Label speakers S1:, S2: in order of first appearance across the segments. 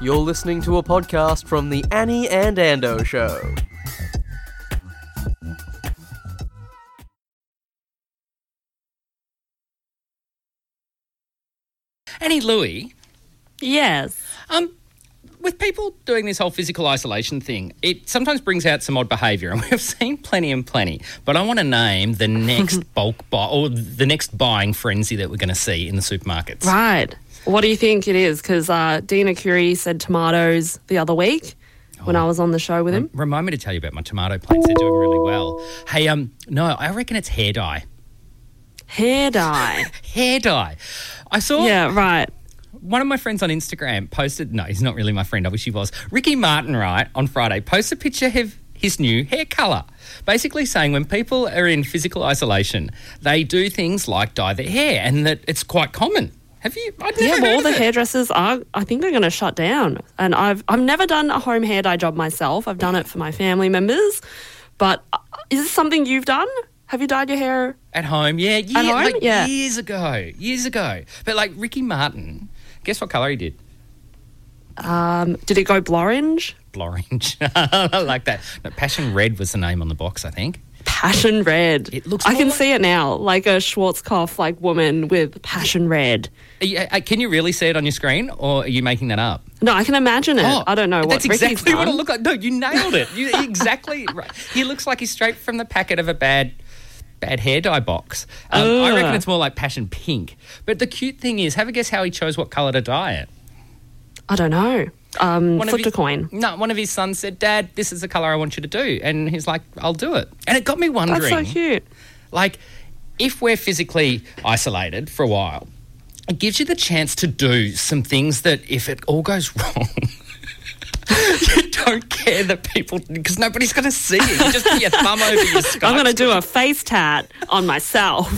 S1: You're listening to a podcast from the Annie and Ando show.
S2: Annie Louie,
S3: Yes.
S2: um, with people doing this whole physical isolation thing, it sometimes brings out some odd behaviour, and we've seen plenty and plenty. But I want to name the next bulk buy or the next buying frenzy that we're going to see in the supermarkets.
S3: Right. What do you think it is? Because uh, Dina Curie said tomatoes the other week when
S2: Oh.
S3: I was on the show with him.
S2: Remind me to tell you about my tomato plants. They're doing really well. Hey, um, no, I reckon it's hair dye. Mm.
S3: Hair dye.
S2: Hair dye. I saw
S3: yeah, right.
S2: one of my friends on Instagram posted. No, he's not really my friend. I wish he was. Ricky Martin, right on Friday, posts a picture of his new hair color, basically saying when people are in physical isolation, they do things like dye their hair, and that it's quite common. Have you? I'd never
S3: Yeah,
S2: heard
S3: well, all
S2: of
S3: the
S2: it.
S3: hairdressers are. I think they're going to shut down. And I've I've never done a home hair dye job myself. I've done it for my family members. But uh, is this something you've done? Have you dyed your hair?
S2: At home, yeah, yeah,
S3: home?
S2: like
S3: Yeah.
S2: years ago, years ago. But like Ricky Martin, guess what color he did?
S3: Um, did it go blorange?
S2: Blorange. I like that. No, Passion Red was the name on the box, I think.
S3: Passion red.
S2: It looks
S3: I
S2: more
S3: can
S2: like-
S3: see it now, like a Schwarzkopf like woman with passion red.
S2: Are you- uh, Can you really see it on your screen, or are you making that up?
S3: No, I can imagine it.
S2: Oh,
S3: I don't know what
S2: That's
S3: Ricky's
S2: exactly what it
S3: done.
S2: looked like. No, you nailed it. You exactly right. He looks like he's straight from the packet of a bad, bad hair dye box. Um, I reckon
S3: Ugh.
S2: it's more like passion pink. But the cute thing is, have a guess how he chose what color to dye it.
S3: I don't know. Um,
S2: of
S3: flipped
S2: his,
S3: a coin.
S2: No, one of his sons said, "Dad, this is the color I want you to do," and he's like, "I'll do it." And it got me wondering.
S3: That's so cute.
S2: Like, if we're physically isolated for a while, it gives you the chance to do some things that, if it all goes wrong, you don't care that people, because nobody's going to see you. You just put your thumb over your
S3: I'm
S2: scarf.
S3: going to do a face tat on myself.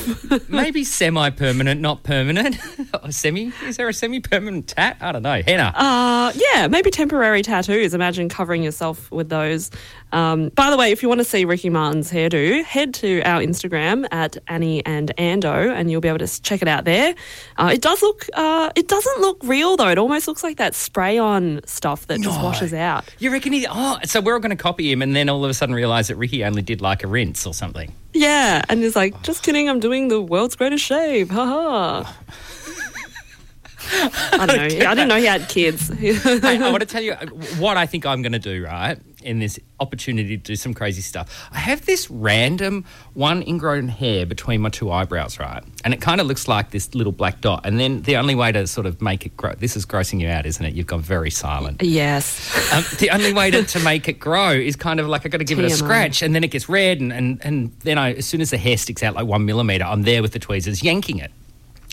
S2: Maybe semi permanent, not permanent. or semi? Is there a semi permanent tat? I don't know. Henna.
S3: Uh, yeah, maybe temporary tattoos. Imagine covering yourself with those. Um, by the way, if you want to see Ricky Martin's hairdo, head to our Instagram at Annie and Ando, and you'll be able to s- check it out there. Uh, it does look. Uh, it doesn't look real though. It almost looks like that spray-on stuff that just
S2: No.
S3: washes out.
S2: you reckon he? Oh, so we're all going to copy him, and then all of a sudden realise that Ricky only did like a rinse or something.
S3: Yeah, and it's like, just kidding. I'm doing the world's greatest shave. Haha. I don't know. I didn't know he had kids.
S2: I, I want to tell you uh, what I think I'm going to do, right? In this opportunity to do some crazy stuff. I have this random one ingrown hair between my two eyebrows, right? And it kind of looks like this little black dot. And then the only way to sort of make it grow, this is grossing you out, isn't it? You've gone very silent.
S3: yes.
S2: Um, the only way to, to make it grow is kind of like I've got to give it a
S3: TMI.
S2: scratch and then it gets red. And, and, and then I, as soon as the hair sticks out like one millimetre, I'm there with the tweezers yanking it.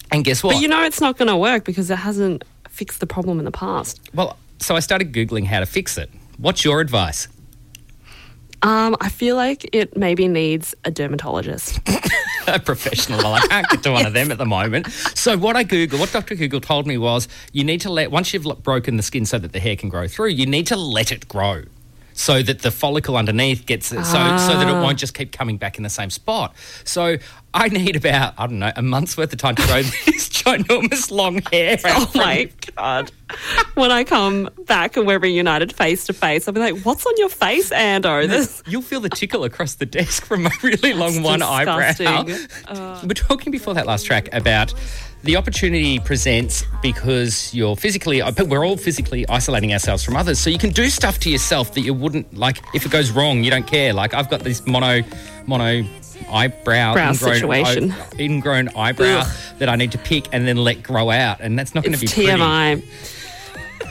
S2: And guess what?
S3: But you know it's not going to work because it hasn't fixed the problem in the past.
S2: well, so I started Googling how to fix it. What's your advice?
S3: Um, I feel like it maybe needs a dermatologist.
S2: a professional. Well, I can't get to one of them at the moment. So what I Google, what Dr. Google told me was, you need to let once you've l- broken the skin so that the hair can grow through, you need to let it grow. So that the follicle underneath gets so so
S3: Ah.
S2: that it won't just keep coming back in the same spot. So I need about I don't know a month's worth of time to grow this ginormous long hair. out
S3: Oh
S2: from-
S3: my god! When I come back and we're reunited face to face, I'll be like, "What's on your face, Ando?" This
S2: You'll feel the tickle across the desk from my really long
S3: That's
S2: one eyebrow.
S3: disgusting. Oh.
S2: We We're talking before that last track about the opportunity presents because you're physically, uh, but we're all physically isolating ourselves from others. So you can do stuff to yourself that you wouldn't like. If it goes wrong, you don't care. Like I've got this mono, mono eyebrow
S3: Brow
S2: ingrown,
S3: situation.
S2: o- ingrown eyebrow
S3: Ugh.
S2: that I need to pick and then let grow out, and that's not going to
S3: It's
S2: be pretty.
S3: TMI.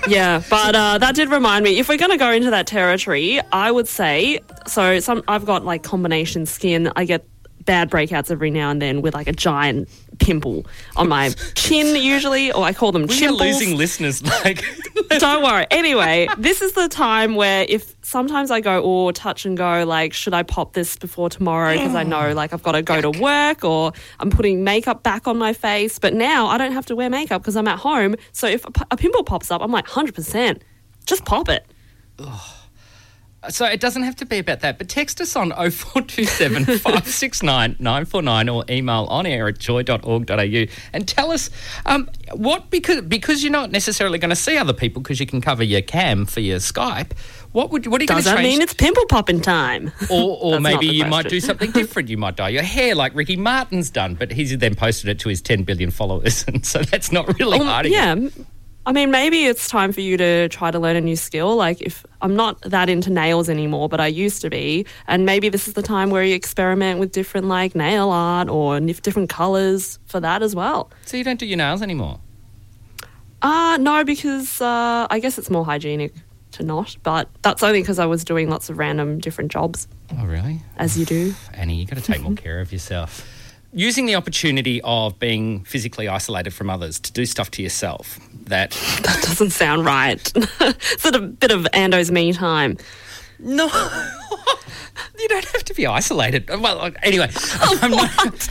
S3: yeah, but uh, that did remind me. If we're going to go into that territory, I would say so. Some I've got like combination skin. I get bad breakouts every now and then with like a giant pimple on my chin usually, or I call them
S2: We are
S3: chimples.
S2: losing listeners. Like
S3: Don't worry. Anyway, this is the time where if sometimes I go, or touch and go, like, should I pop this before tomorrow? Because I know, like, I've got to go to work or I'm putting makeup back on my face. But now I don't have to wear makeup because I'm at home. So if a, p- a pimple pops up, I'm like, 100%, just pop it.
S2: So it doesn't have to be about that, but text us on 0427 569 949 or email on air at joy.org.au and tell us um, what, because, because you're not necessarily going to see other people because you can cover your cam for your Skype, what, would, what are you going
S3: Does
S2: to
S3: that
S2: change?
S3: mean it's pimple popping time?
S2: or or
S3: That's not
S2: maybe
S3: the
S2: you might do
S3: question.
S2: something different. You might dye your hair like Ricky Martin's done, but he's then posted it to his 10 billion followers, and so that's not really
S3: Um,
S2: hiding it.
S3: yeah. I mean, maybe it's time for you to try to learn a new skill. Like, if I'm not that into nails anymore, but I used to be, and maybe this is the time where you experiment with different, like, nail art or nif- different colors for that as well.
S2: So you don't do your nails anymore.
S3: Uh, no, because uh, I guess it's more hygienic to not, but that's only because I was doing lots of random different jobs,
S2: Oh, really?
S3: as you do.
S2: Annie, you've got to take more care of yourself. Using the opportunity of being physically isolated from others to do stuff to yourself that
S3: That doesn't sound right. sort of bit of Ando's me time.
S2: No, you don't have to be isolated. Well, uh, anyway,
S3: Oh
S2: I'm not.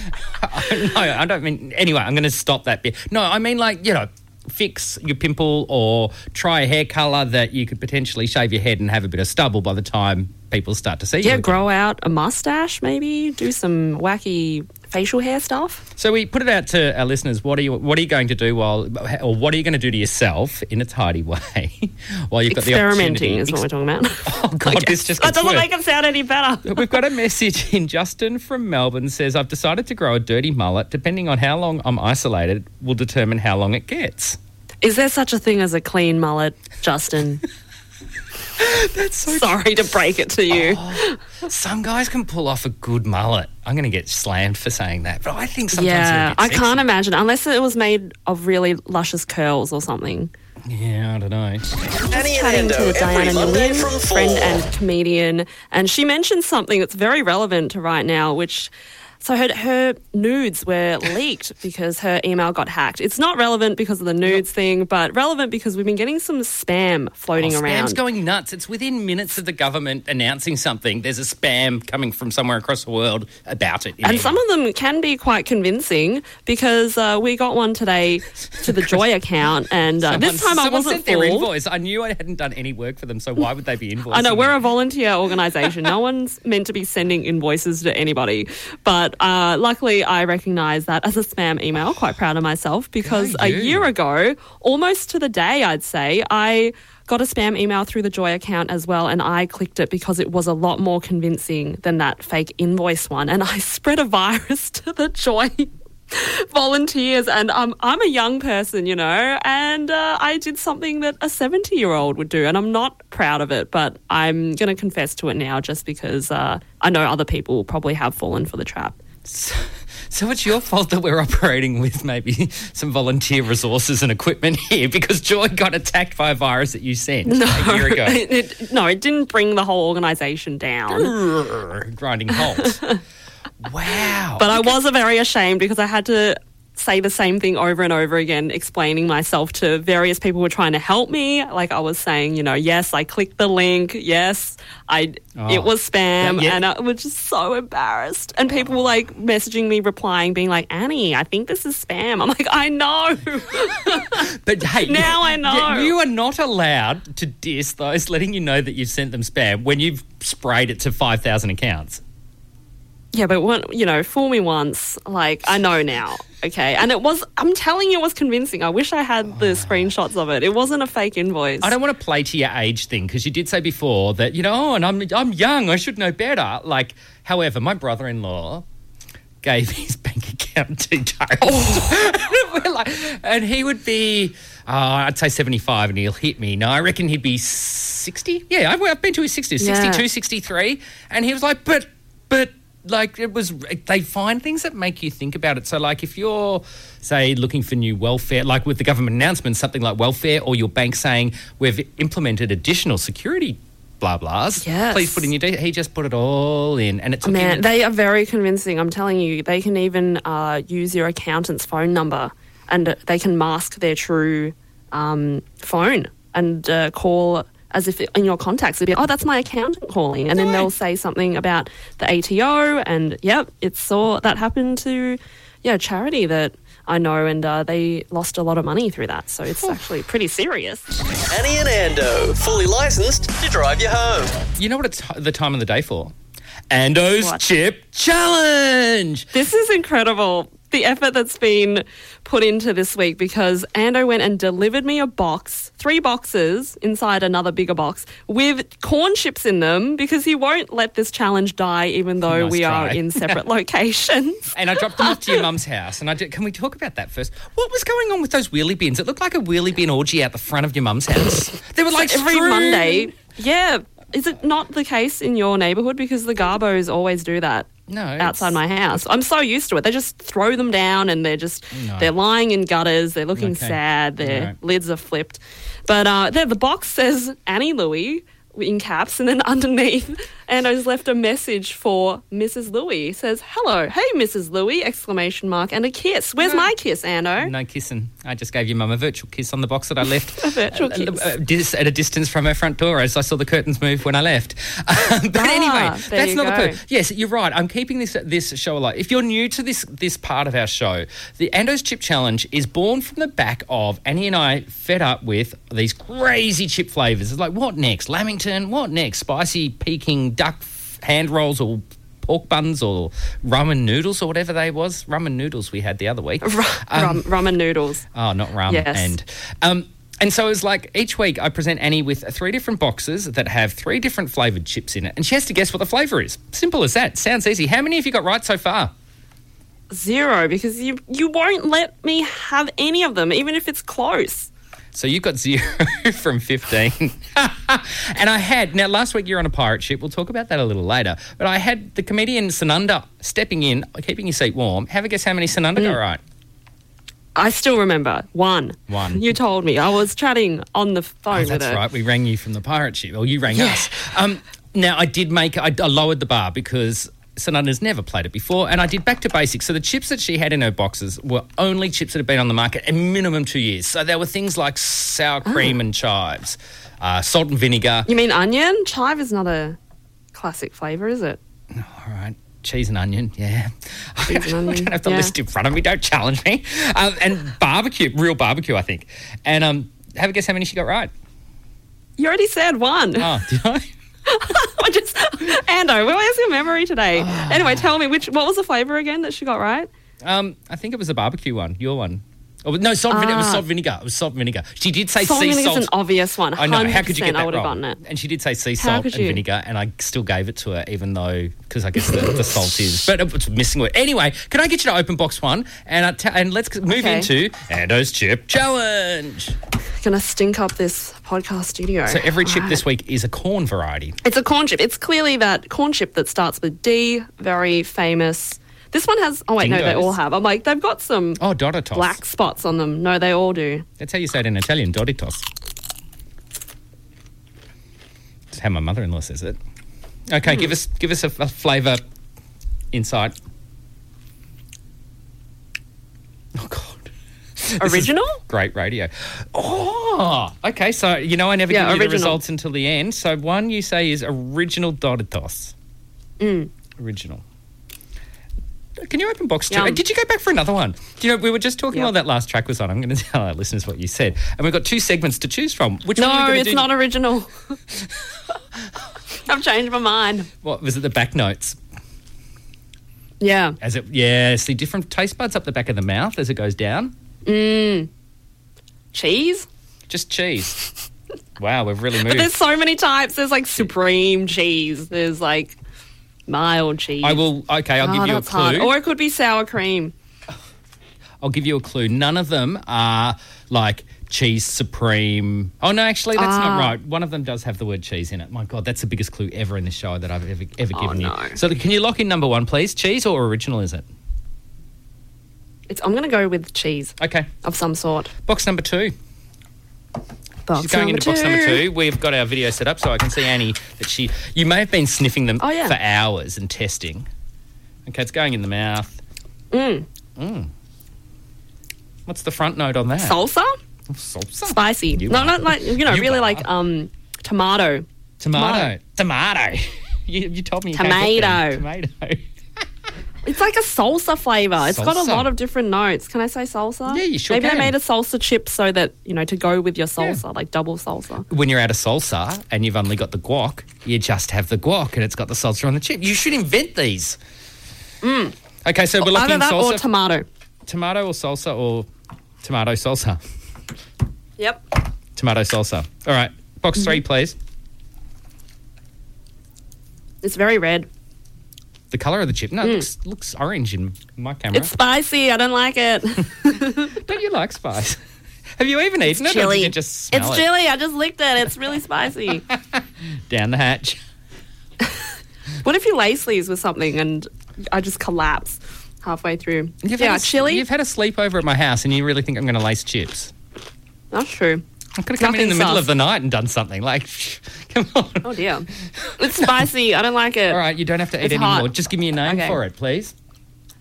S2: no, I don't mean. Anyway, I'm going to stop that bit. No, I mean like you know, fix your pimple or try a hair color that you could potentially shave your head and have a bit of stubble by the time people start to see you.
S3: Yeah,
S2: again.
S3: grow out a mustache, maybe, do some wacky facial hair stuff.
S2: So we put it out to our listeners. What are you? What are you going to do while, or what are you going to do to yourself in a tidy way while you've got the opportunity?
S3: Experimenting is what we're talking about.
S2: Oh God, this just
S3: that
S2: gets
S3: doesn't
S2: worse.
S3: make it sound any better.
S2: We've got a message in Justin from Melbourne says, I've decided to grow a dirty mullet. Depending on how long I'm isolated, will determine how long it gets.
S3: Is there such a thing as a clean mullet, Justin? That's so sorry to break it to you.
S2: Oh, Some guys can pull off a good mullet. I'm going to get slammed for saying that, but I think sometimes
S3: yeah,
S2: they're a
S3: I
S2: bit
S3: can't imagine unless it was made of really luscious curls or something.
S2: sexy. Yeah, I don't know.
S1: Annie
S3: chatting
S1: and
S3: to
S1: Ando every
S3: Diana
S1: Monday
S3: Nguyen,
S1: from four.
S3: friend and comedian, and she mentioned something that's very relevant to right now, which. So her, her nudes were leaked because her email got hacked. It's not relevant because of the nudes thing, but relevant because we've been getting some spam floating
S2: Oh,
S3: around.
S2: spam's going nuts. It's within minutes of the government announcing something. There's a spam coming from somewhere across the world about it.
S3: and some of them can be quite convincing because uh, we got one today to the Joy account, and uh, this time I
S2: someone
S3: wasn't
S2: sent their
S3: fooled.
S2: invoice. I knew I hadn't done any work for them, so why would they be invoicing?
S3: I know
S2: me?
S3: we're a volunteer organisation. no one's meant to be sending invoices to anybody, but uh, luckily I recognise that as a spam email. Quite proud of myself because
S2: Go
S3: a
S2: you.
S3: year ago, almost to the day, I'd say I got a spam email through the Joy account as well, and I clicked it because it was a lot more convincing than that fake invoice one, and I spread a virus to the Joy. Volunteers, and um, I'm a young person, you know, and uh, I did something that a 70 year old would do, and I'm not proud of it, but I'm going to confess to it now just because uh, I know other people probably have fallen for the trap.
S2: So, so it's your fault that we're operating with maybe some volunteer resources and equipment here because Joy got attacked by a virus that you sent a year ago.
S3: It- it- no, it didn't bring the whole organisation down.
S2: Grrr, Grinding halt. wow.
S3: But I was very ashamed because I had to say the same thing over and over again, explaining myself to various people who were trying to help me. Like I was saying, you know, yes, I clicked the link. Yes, I
S2: Oh.
S3: it was
S2: Yeah,
S3: spam,
S2: yeah.
S3: and I was just so embarrassed. And people were like messaging me, replying, being like, Annie, I think this is spam. I'm like, I know.
S2: But hey,
S3: Now I
S2: you-
S3: know.
S2: You are not allowed to diss those letting you know that you've sent them spam when you've sprayed it to 5,000 accounts.
S3: Yeah, but one, you know, fool me once, like I know now. Okay, and it was—I'm telling you—it was convincing. I wish I had the
S2: Oh.
S3: screenshots of it. It wasn't a fake invoice.
S2: I don't want to play to your age thing because you did say before that you know, "Oh, and I'm I'm young, I should know better. Like, however, my brother-in-law gave his bank account details,
S3: Oh.
S2: We're like, and he would be, uh, I'd say seventy-five, and he'll hit me. No, I reckon he'd be sixty. Yeah, I've, I've been to his sixties,
S3: Yeah.
S2: 62, 63. and he was like, but, but. Like it was, they find things that make you think about it. So, like if you're, say, looking for new welfare, like with the government announcement, something like welfare, or your bank saying we've implemented additional security, blah blahs.
S3: Yes.
S2: Please put in your. De-. He just put it all in, and it took him
S3: Man, they are very convincing. I'm telling you, they can even uh, use your accountant's phone number, and uh, they can mask their true um, phone and uh, call as if in your contacts. It'd be, oh, that's my accountant calling, and then they'll say something about the ATO, and yep, it's saw that happened to yeah a charity that I know, and uh, they lost a lot of money through that. So it's actually pretty serious.
S1: Annie and Ando, fully licensed to drive you home.
S2: You know what it's the time of the day for? Ando's
S3: What?
S2: Chip Challenge.
S3: This is incredible. The effort that's been put into this week because Ando went and delivered me a box, three boxes inside another bigger box with corn chips in them because he won't let this challenge die, even though
S2: Nice
S3: we are
S2: try.
S3: in separate locations.
S2: And I dropped them off to your mum's house. And I did, can we talk about that first? What was going on with those wheelie bins? It looked like a wheelie bin orgy out the front of your mum's house. They were like
S3: Every
S2: strewn-
S3: Monday. Yeah. Is it not the case in your neighborhood? Because the Garbos always do that.
S2: No,
S3: outside
S2: it's-
S3: my house. I'm so used to it. They just throw them down and they're just
S2: No.
S3: they're lying in gutters. They're looking
S2: Okay.
S3: sad. Their
S2: All right.
S3: lids are flipped. But uh, there, the box says Annie Louie in caps, and then underneath, Ando's left a message for Mrs. Louie. It says, "Hello, hey Mrs. Louie!" Exclamation mark and a kiss. Where's my kiss, Ando?
S2: No kissing. I just gave your mum a virtual kiss on the box that I left. a
S3: virtual
S2: a-
S3: kiss.
S2: a dis- at a distance from her front door as I saw the curtains move when I left. but anyway,
S3: Ah, there
S2: that's
S3: you
S2: not the
S3: go.
S2: point. Yes, you're right. I'm keeping this this show alive. If you're new to this this part of our show, the Ando's Chip Challenge is born from the back of Annie and I fed up with these crazy chip flavors. It's like what next? Lamington, what next? Spicy Peking duck f- hand rolls or pork buns or ramen noodles or whatever they was. Ramen noodles we had the other week.
S3: Rum,
S2: um,
S3: ramen noodles.
S2: Oh, not ramen.
S3: Yes.
S2: And um, and so it's like each week I present Annie with three different boxes that have three different flavored chips in it, and she has to guess what the flavor is. Simple as that. Sounds easy. How many have you got right so far?
S3: Zero, because you you won't let me have any of them, even if it's close.
S2: So you've got zero from 15. and I had, now last week you were on a pirate ship. We'll talk about that a little later. But I had the comedian Sananda stepping in, keeping your seat warm. Have a guess how many Sananda got right?
S3: I still remember one.
S2: One.
S3: You told me I was chatting on the phone
S2: Oh,
S3: with
S2: that's
S3: her.
S2: right. We rang you from the pirate ship. Well, you rang us. Um, now, I did make, I, I lowered the bar because Sanana's never played it before, and I did back to basics. So the chips that she had in her boxes were only chips that had been on the market a minimum two years. So there were things like sour cream and chives, uh, salt and vinegar.
S3: You mean onion? Chive is not a classic flavour, is it?
S2: All right. Cheese and onion, yeah. I
S3: and
S2: don't,
S3: onion,
S2: have the
S3: yeah.
S2: list in front of me. Don't challenge me. Um, and barbecue, real barbecue, I think. And um, have a guess how many she got right.
S3: You already said one.
S2: Oh, did I?
S3: I just Ando, where's your memory today? anyway, tell me which what was the flavour again that she got right?
S2: Um, I think it was a barbecue one. Your one. Oh, no, salt vinegar. It was
S3: Ah.
S2: salt vinegar. It was salt vinegar. She did say
S3: Salt
S2: sea
S3: vinegar
S2: salt.
S3: is an obvious one.
S2: I know. How could you
S3: 100%
S2: get that
S3: I would have
S2: wrong?
S3: gotten it.
S2: And she did say sea
S3: How
S2: salt
S3: could
S2: and
S3: you?
S2: vinegar, and I still gave it to her, even though because I guess the, the salt is, but it was missing word. Anyway, can I get you to open box one and uh, ta- and let's move
S3: Okay.
S2: into Ando's chip challenge.
S3: Gonna stink up this podcast studio.
S2: So every chip this week is a corn variety.
S3: It's a corn chip. It's clearly that corn chip that starts with D, very famous. This one has. Oh wait, no, they
S2: Dingoes.
S3: all have. I'm like, they've got some
S2: Oh, dottitos.
S3: black spots on them. No, they all do.
S2: That's how you say it in Italian. Dottitos. That's how my mother-in-law says it. Okay, give us give us a, a flavour insight. Oh God,
S3: Original?
S2: great radio. Oh, okay. So you know I never
S3: Yeah,
S2: give you the
S3: original.
S2: results until the end. So one you say is original Dottitos.
S3: Mm.
S2: Original. Can you open box two?
S3: Yum.
S2: Did you go back for another one? Do you know we were just talking
S3: Yep.
S2: while that last track was on? I'm going to tell our listeners what you said, and we've got two segments to choose from. Which one are
S3: No,
S2: we going
S3: it's
S2: to do?
S3: not original. I've changed my mind.
S2: What was it? The back notes.
S3: Yeah.
S2: As it, yeah. See, different taste buds up the back of the mouth as it goes down.
S3: Cheese?
S2: Just cheese. wow, we've really
S3: But
S2: moved.
S3: there's so many types. There's like supreme cheese. There's like mild cheese.
S2: I will. Okay, I'll
S3: Oh,
S2: give you a
S3: that's
S2: clue.
S3: hard. Or it could be sour cream.
S2: I'll give you a clue. None of them are like cheese supreme. Oh no, actually, that's not
S3: Ah.
S2: right. One of them does have the word cheese in it. My God, that's the biggest clue ever in the show that I've ever ever
S3: Oh,
S2: given
S3: no.
S2: you. So can you lock in number one, please? Cheese or original? Is it
S3: It's, I'm going to go with cheese
S2: okay?
S3: of some sort.
S2: Box number two.
S3: Box
S2: She's going
S3: number
S2: into box number two. We've got our video set up, so I can see Annie that she. You may have been sniffing them
S3: Oh, yeah.
S2: for hours and testing. Okay, it's going in the mouth.
S3: Mm.
S2: What's the front note on that?
S3: Salsa?
S2: Salsa.
S3: Spicy.
S2: You
S3: no,
S2: are.
S3: not like, you know,
S2: You
S3: really
S2: are.
S3: like um, tomato.
S2: Tomato. Tomato. you, you told me. you can't get them.
S3: Tomato.
S2: Tomato.
S3: It's like a salsa flavor. It's got a
S2: Salsa.
S3: lot of different notes. Can I say salsa?
S2: Yeah, you sure
S3: Maybe
S2: can.
S3: they made a salsa chip so that you know to go with your salsa, like double salsa.
S2: When you're out of salsa and you've only got the guac, you just have the guac and it's got the salsa on the chip. You should invent these. Okay, so we're
S3: Mm. Either
S2: looking
S3: that
S2: salsa,
S3: or tomato.
S2: tomato or salsa or tomato salsa.
S3: Yep.
S2: Tomato salsa. All right, box
S3: Mm-hmm.
S2: three, please.
S3: It's very red.
S2: The color of the chip. No, it looks, looks orange in my camera.
S3: Mm. It's spicy. I don't like it.
S2: Don't you like spice? Have you even eaten it? Or did
S3: chili.
S2: you just smell
S3: it's
S2: it
S3: chili. I just licked it. It's really spicy.
S2: down the hatch.
S3: What if you lace these with something and I just collapse halfway through?
S2: You've
S3: yeah,
S2: had a,
S3: chili.
S2: You've had a sleepover at my house, and you really think I'm going to lace chips?
S3: That's true.
S2: I could have come in in the
S3: Nothing
S2: middle of
S3: sus.
S2: the night and done something. Like, come on.
S3: Oh dear. It's spicy. I don't like it.
S2: All right, you don't have to eat
S3: It's
S2: anymore.
S3: hot.
S2: Just give me a name
S3: Okay.
S2: for it, please.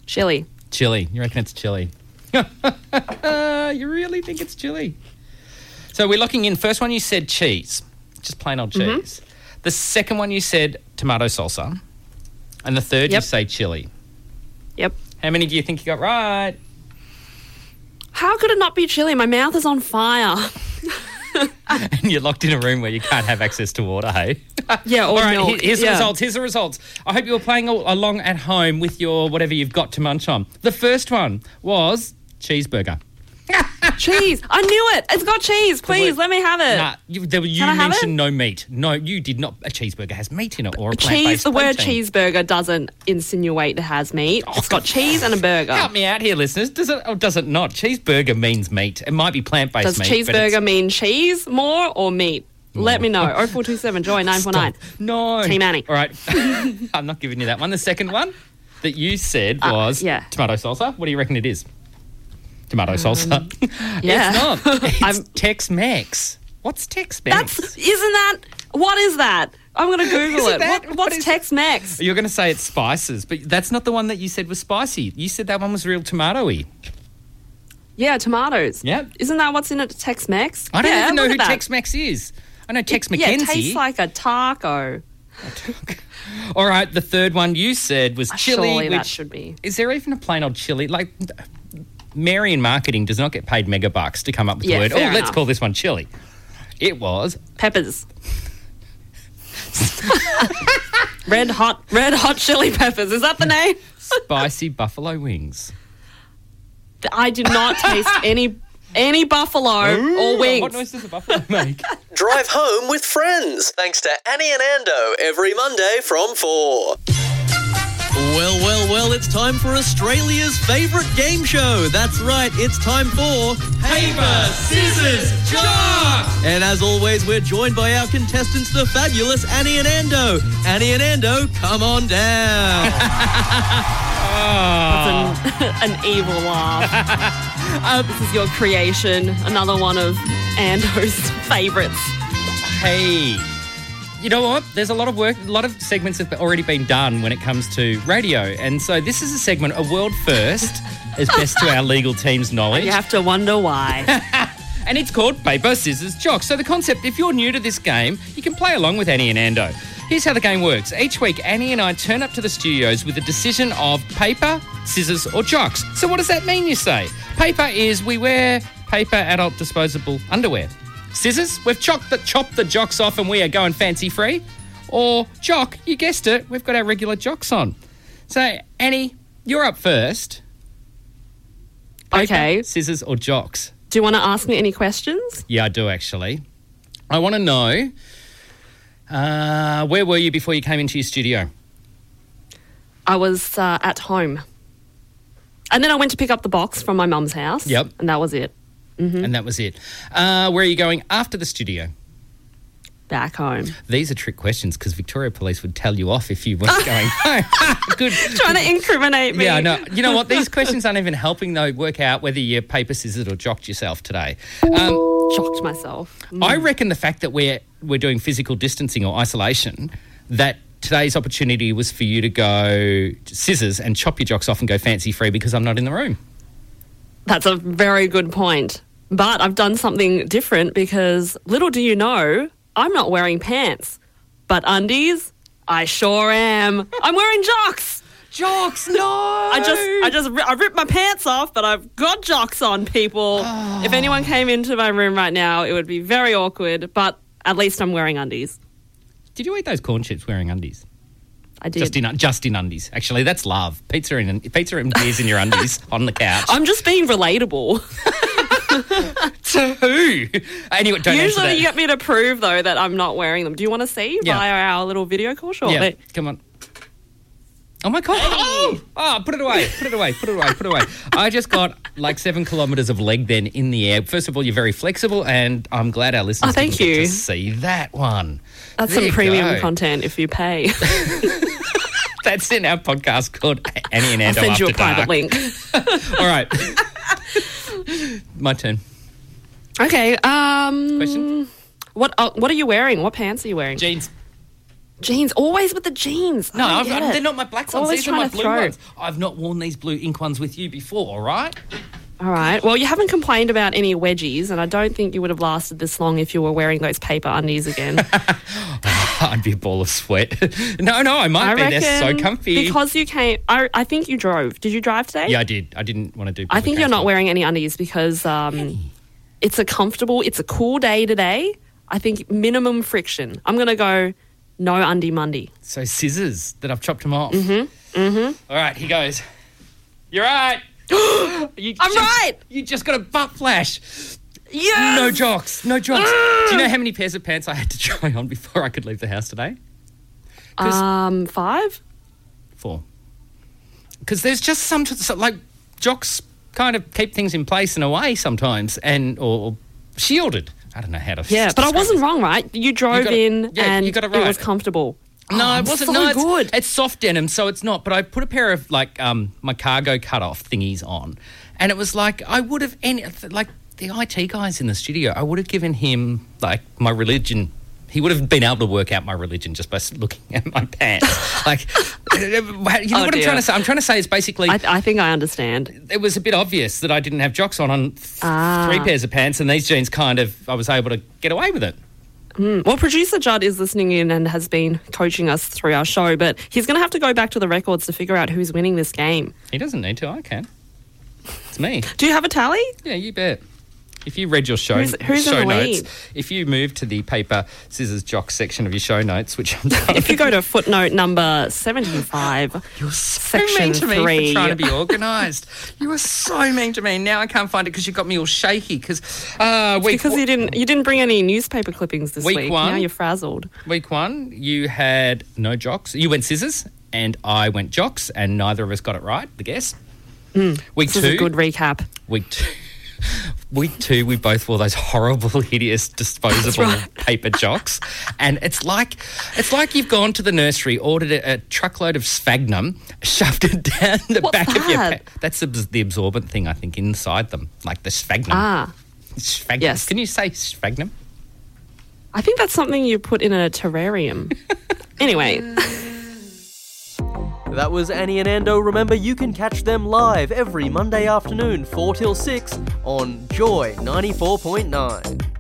S3: Chili.
S2: Chili. You reckon it's chili? you really think it's chili? So we're locking in. First one you said cheese, just plain old
S3: Mm-hmm.
S2: cheese. The second one you said tomato salsa, and the third you
S3: Yep.
S2: say chili.
S3: Yep.
S2: How many do you think you got right?
S3: How could it not be chili? My mouth is on fire.
S2: And you're locked in a room where you can't have access to water, hey?
S3: Yeah, or
S2: All right,
S3: milk.
S2: he- here's the
S3: Yeah.
S2: results. Here's the results. I hope you were playing al- along at home with your whatever you've got to munch on. The first one was cheeseburger.
S3: Cheese. I knew it. It's got cheese. Please
S2: word-
S3: let me have it.
S2: Nah, you, there, you
S3: Can I have
S2: mentioned
S3: it?
S2: no meat. No, you did not. A cheeseburger has meat in it, or a plant-based
S3: Cheese. The word
S2: protein.
S3: cheeseburger doesn't insinuate it has meat. It's got cheese and a burger.
S2: Help me out here, listeners. Does it or does it not? Cheeseburger means meat. It might be plant-based
S3: Does
S2: meat. but it's-
S3: cheeseburger mean cheese more or meat? Let me know. 0427 Joy 949.
S2: No.
S3: Team Annie.
S2: All right. I'm not giving you that one. The second one that you said was
S3: Uh, yeah.
S2: tomato salsa. What do you reckon it is? Tomato salsa.
S3: Um, yeah.
S2: it's not. It's
S3: I'm-
S2: Tex Mex. What's Tex Mex?
S3: That's isn't that what is that? I'm gonna Google
S2: Isn't
S3: it.
S2: that-
S3: What-
S2: what
S3: what's
S2: is-
S3: Tex Mex?
S2: You're going to say it's spices, but that's not the one that you said was spicy. You said that one was real tomatoey.
S3: Yeah, tomatoes.
S2: Yep.
S3: Isn't that what's in it? Tex Mex.
S2: I don't
S3: yeah,
S2: even know
S3: look
S2: who
S3: at that.
S2: Tex Mex is. I know Tex
S3: Yeah, it
S2: McKenzie.
S3: tastes like a taco.
S2: All right, the third one you said was chili,
S3: Ah, Surely that
S2: which-
S3: should be.
S2: Is there even a plain old chili? Like, Marion Marketing does not get paid mega bucks to come up with
S3: Yeah,
S2: the word. Oh,
S3: fair
S2: let's
S3: enough.
S2: call this one chili. It was
S3: Peppers. red hot, red hot chili peppers. Is that the name?
S2: spicy buffalo wings.
S3: I did not taste any any buffalo or
S2: What
S3: wings.
S2: noise does a buffalo make?
S1: Drive home with friends thanks to Annie and Ando every Monday from 4. Well, well, well, it's time for Australia's favourite game show. That's right, it's time for Paper, Scissors, Chalk! And as always, we're joined by our contestants, the fabulous Annie and Ando. Annie and Ando, come on down.
S3: An evil laugh. Uh, this is your creation. Another one of Ando's favourites.
S2: hey. You know what? There's a lot of work, a lot of segments have already been done when it comes to radio. And so this is a segment, a world first, as best to our legal team's knowledge.
S3: You have to wonder why.
S2: and it's called Paper, Scissors, Jock. So the concept, if you're new to this game, you can play along with Annie and Ando. Here's how the game works. Each week, Annie and I turn up to the studios with a decision of paper, scissors, or jocks. So what does that mean, you say? Paper is we wear paper adult disposable underwear. Scissors, we've chopped the, chopped the jocks off and we are going fancy free. Or jock, you guessed it, we've got our regular jocks on. So, Annie, you're up first. Paper,
S3: Okay.
S2: Scissors, or jocks?
S3: Do you want to ask me any questions?
S2: Yeah, I do actually. I want to know uh, where were you before you came into your studio?
S3: I was uh, at home. And then I went to pick up the box from my mum's house.
S2: Yep.
S3: And that was it.
S2: And that was it. Uh, where are you going after the studio?
S3: Back home.
S2: These are trick questions because Victoria Police would tell you off if you weren't going home. Good.
S3: Trying to incriminate me.
S2: Yeah, I know. You know what? These questions aren't even helping, though, work out whether you paper, scissors, or jocked yourself today. Um,
S3: Shocked myself.
S2: I reckon the fact that we're we're doing physical distancing or isolation, that today's opportunity was for you to go scissors and chop your jocks off and go fancy free because I'm not in the room.
S3: That's a very good point. But I've done something different because little do you know, I'm not wearing pants. But undies, I sure am. I'm wearing jocks.
S2: Jocks, no.
S3: I just, I just, ri- I ripped my pants off, but I've got jocks on, people. If anyone came into my room right now, it would be very awkward. But at least I'm wearing undies.
S2: Did you eat those corn chips wearing undies?
S3: I did.
S2: Just in, just in undies. Actually, that's love. Pizza in pizza and beers in your undies on the couch.
S3: I'm just being relatable.
S2: to who? Anyway, don't answer
S3: Usually,
S2: that.
S3: you get me to prove though that I'm not wearing them. Do you want to see
S2: Yeah.
S3: via our little video call? Sure.
S2: yeah,
S3: They-
S2: come on. Oh my god! Oh, oh, put it away! Put it away! Put it away! Put it away! I just got like seven kilometers of leg then in the air. First of all, you're very flexible, and I'm glad our listeners
S3: Oh, thank
S2: didn't get
S3: you.
S2: to see that one.
S3: That's
S2: There
S3: some
S2: you
S3: premium
S2: go.
S3: content if you pay.
S2: That's in our podcast called Annie and
S3: I'll
S2: Ando
S3: send you a
S2: After
S3: private
S2: Dark.
S3: link.
S2: All right, my turn.
S3: Okay. Um,
S2: Question?
S3: what uh, What are you wearing? What pants are you wearing?
S2: Jeans.
S3: jeans. Always with the jeans.
S2: No,
S3: I
S2: I've,
S3: get
S2: I'm-
S3: it.
S2: they're not my black
S3: It's
S2: ones.
S3: always
S2: These are
S3: trying
S2: my
S3: to
S2: blue
S3: throw.
S2: ones. I've not worn these blue ink ones with you before. All right.
S3: All right. Well, you haven't complained about any wedgies, and I don't think you would have lasted this long if you were wearing those paper undies again.
S2: I'd be a ball of sweat. no, no, I might
S3: I
S2: be.
S3: reckon
S2: They're so comfy.
S3: because you came. I, I think you drove. Did you drive today?
S2: yeah, I did. I didn't want to do.
S3: I think you're not
S2: public
S3: wearing any undies because um, it's a comfortable, it's a cool day today. I think minimum friction. I'm going to go no undie Monday.
S2: transport. So scissors that I've chopped them off. Mm-hmm. Mm-hmm. right, here goes. You're right. You
S3: I'm
S2: just-
S3: right.
S2: You just got a butt flash.
S3: Yeah.
S2: No jocks. No jocks. Do you know how many pairs of pants I had to try on before I could leave the house today? 'Cause-
S3: um, five?
S2: for. Because there's just some, so- like jocks kind of keep things in place in a way sometimes, and or, or shielded. I don't know how to.
S3: Yeah,
S2: s-
S3: but I
S2: describe
S3: wasn't wrong, right? You drove
S2: got it-
S3: in
S2: yeah,
S3: and
S2: you got
S3: it,
S2: it right.
S3: was comfortable.
S2: it. No,
S3: Oh,
S2: it
S3: it's
S2: wasn't.
S3: so
S2: no, it's,
S3: good.
S2: It's soft denim, so it's not. But I put a pair of like um my cargo cutoff thingies on, and it was like I would have any like the IT guys in the studio. I would have given him like my religion. He would have been able to work out my religion just by s- looking at my pants. like, you know what I'm
S3: Oh, dear.
S2: trying to say? I'm trying to say is basically
S3: I, I think I understand.
S2: it was a bit obvious that I didn't have jocks on on th-
S3: Ah.
S2: three pairs of pants, and these jeans kind of I was able to get away with it. Mm.
S3: Well, producer Judd is listening in and has been coaching us through our show, but he's going to have to go back to the records to figure out who's winning this game.
S2: He doesn't need to. I can. It's me.
S3: Do you have a tally?
S2: Yeah, you bet. If you read your show,
S3: Who's- who's
S2: show
S3: in the
S2: notes,
S3: lead?
S2: if you move to the paper scissors jock section of your show notes, which I'm done,
S3: If you go to footnote number 75,
S2: you're so
S3: section
S2: mean to me
S3: three.
S2: for trying to be organised. you were so mean to me. Now I can't find it because you got me all shaky. Because uh, week
S3: because you didn't you didn't bring any newspaper clippings this
S2: Week
S3: week. Now
S2: one.
S3: you're frazzled.
S2: Week one, you had no jocks. You went scissors, and I went jocks, and neither of us got it right. The guess. Week
S3: Hmm. This
S2: two,
S3: is a good recap.
S2: week two, week two, we both wore those horrible, hideous, disposable paper jocks, and it's like it's like you've gone to the nursery, ordered a, a truckload of sphagnum, shoved it down the
S3: What's
S2: back of your. Pa-
S3: that?
S2: that's the, the absorbent thing, I think, inside them, like the sphagnum.
S3: Ah.
S2: Sphagnum.
S3: Yes.
S2: Can you say sphagnum?
S3: I think that's something you put in a terrarium. anyway,
S1: That was Annie and Ando. Remember, you can catch them live every Monday afternoon, 4 till 6, on Joy 94.9.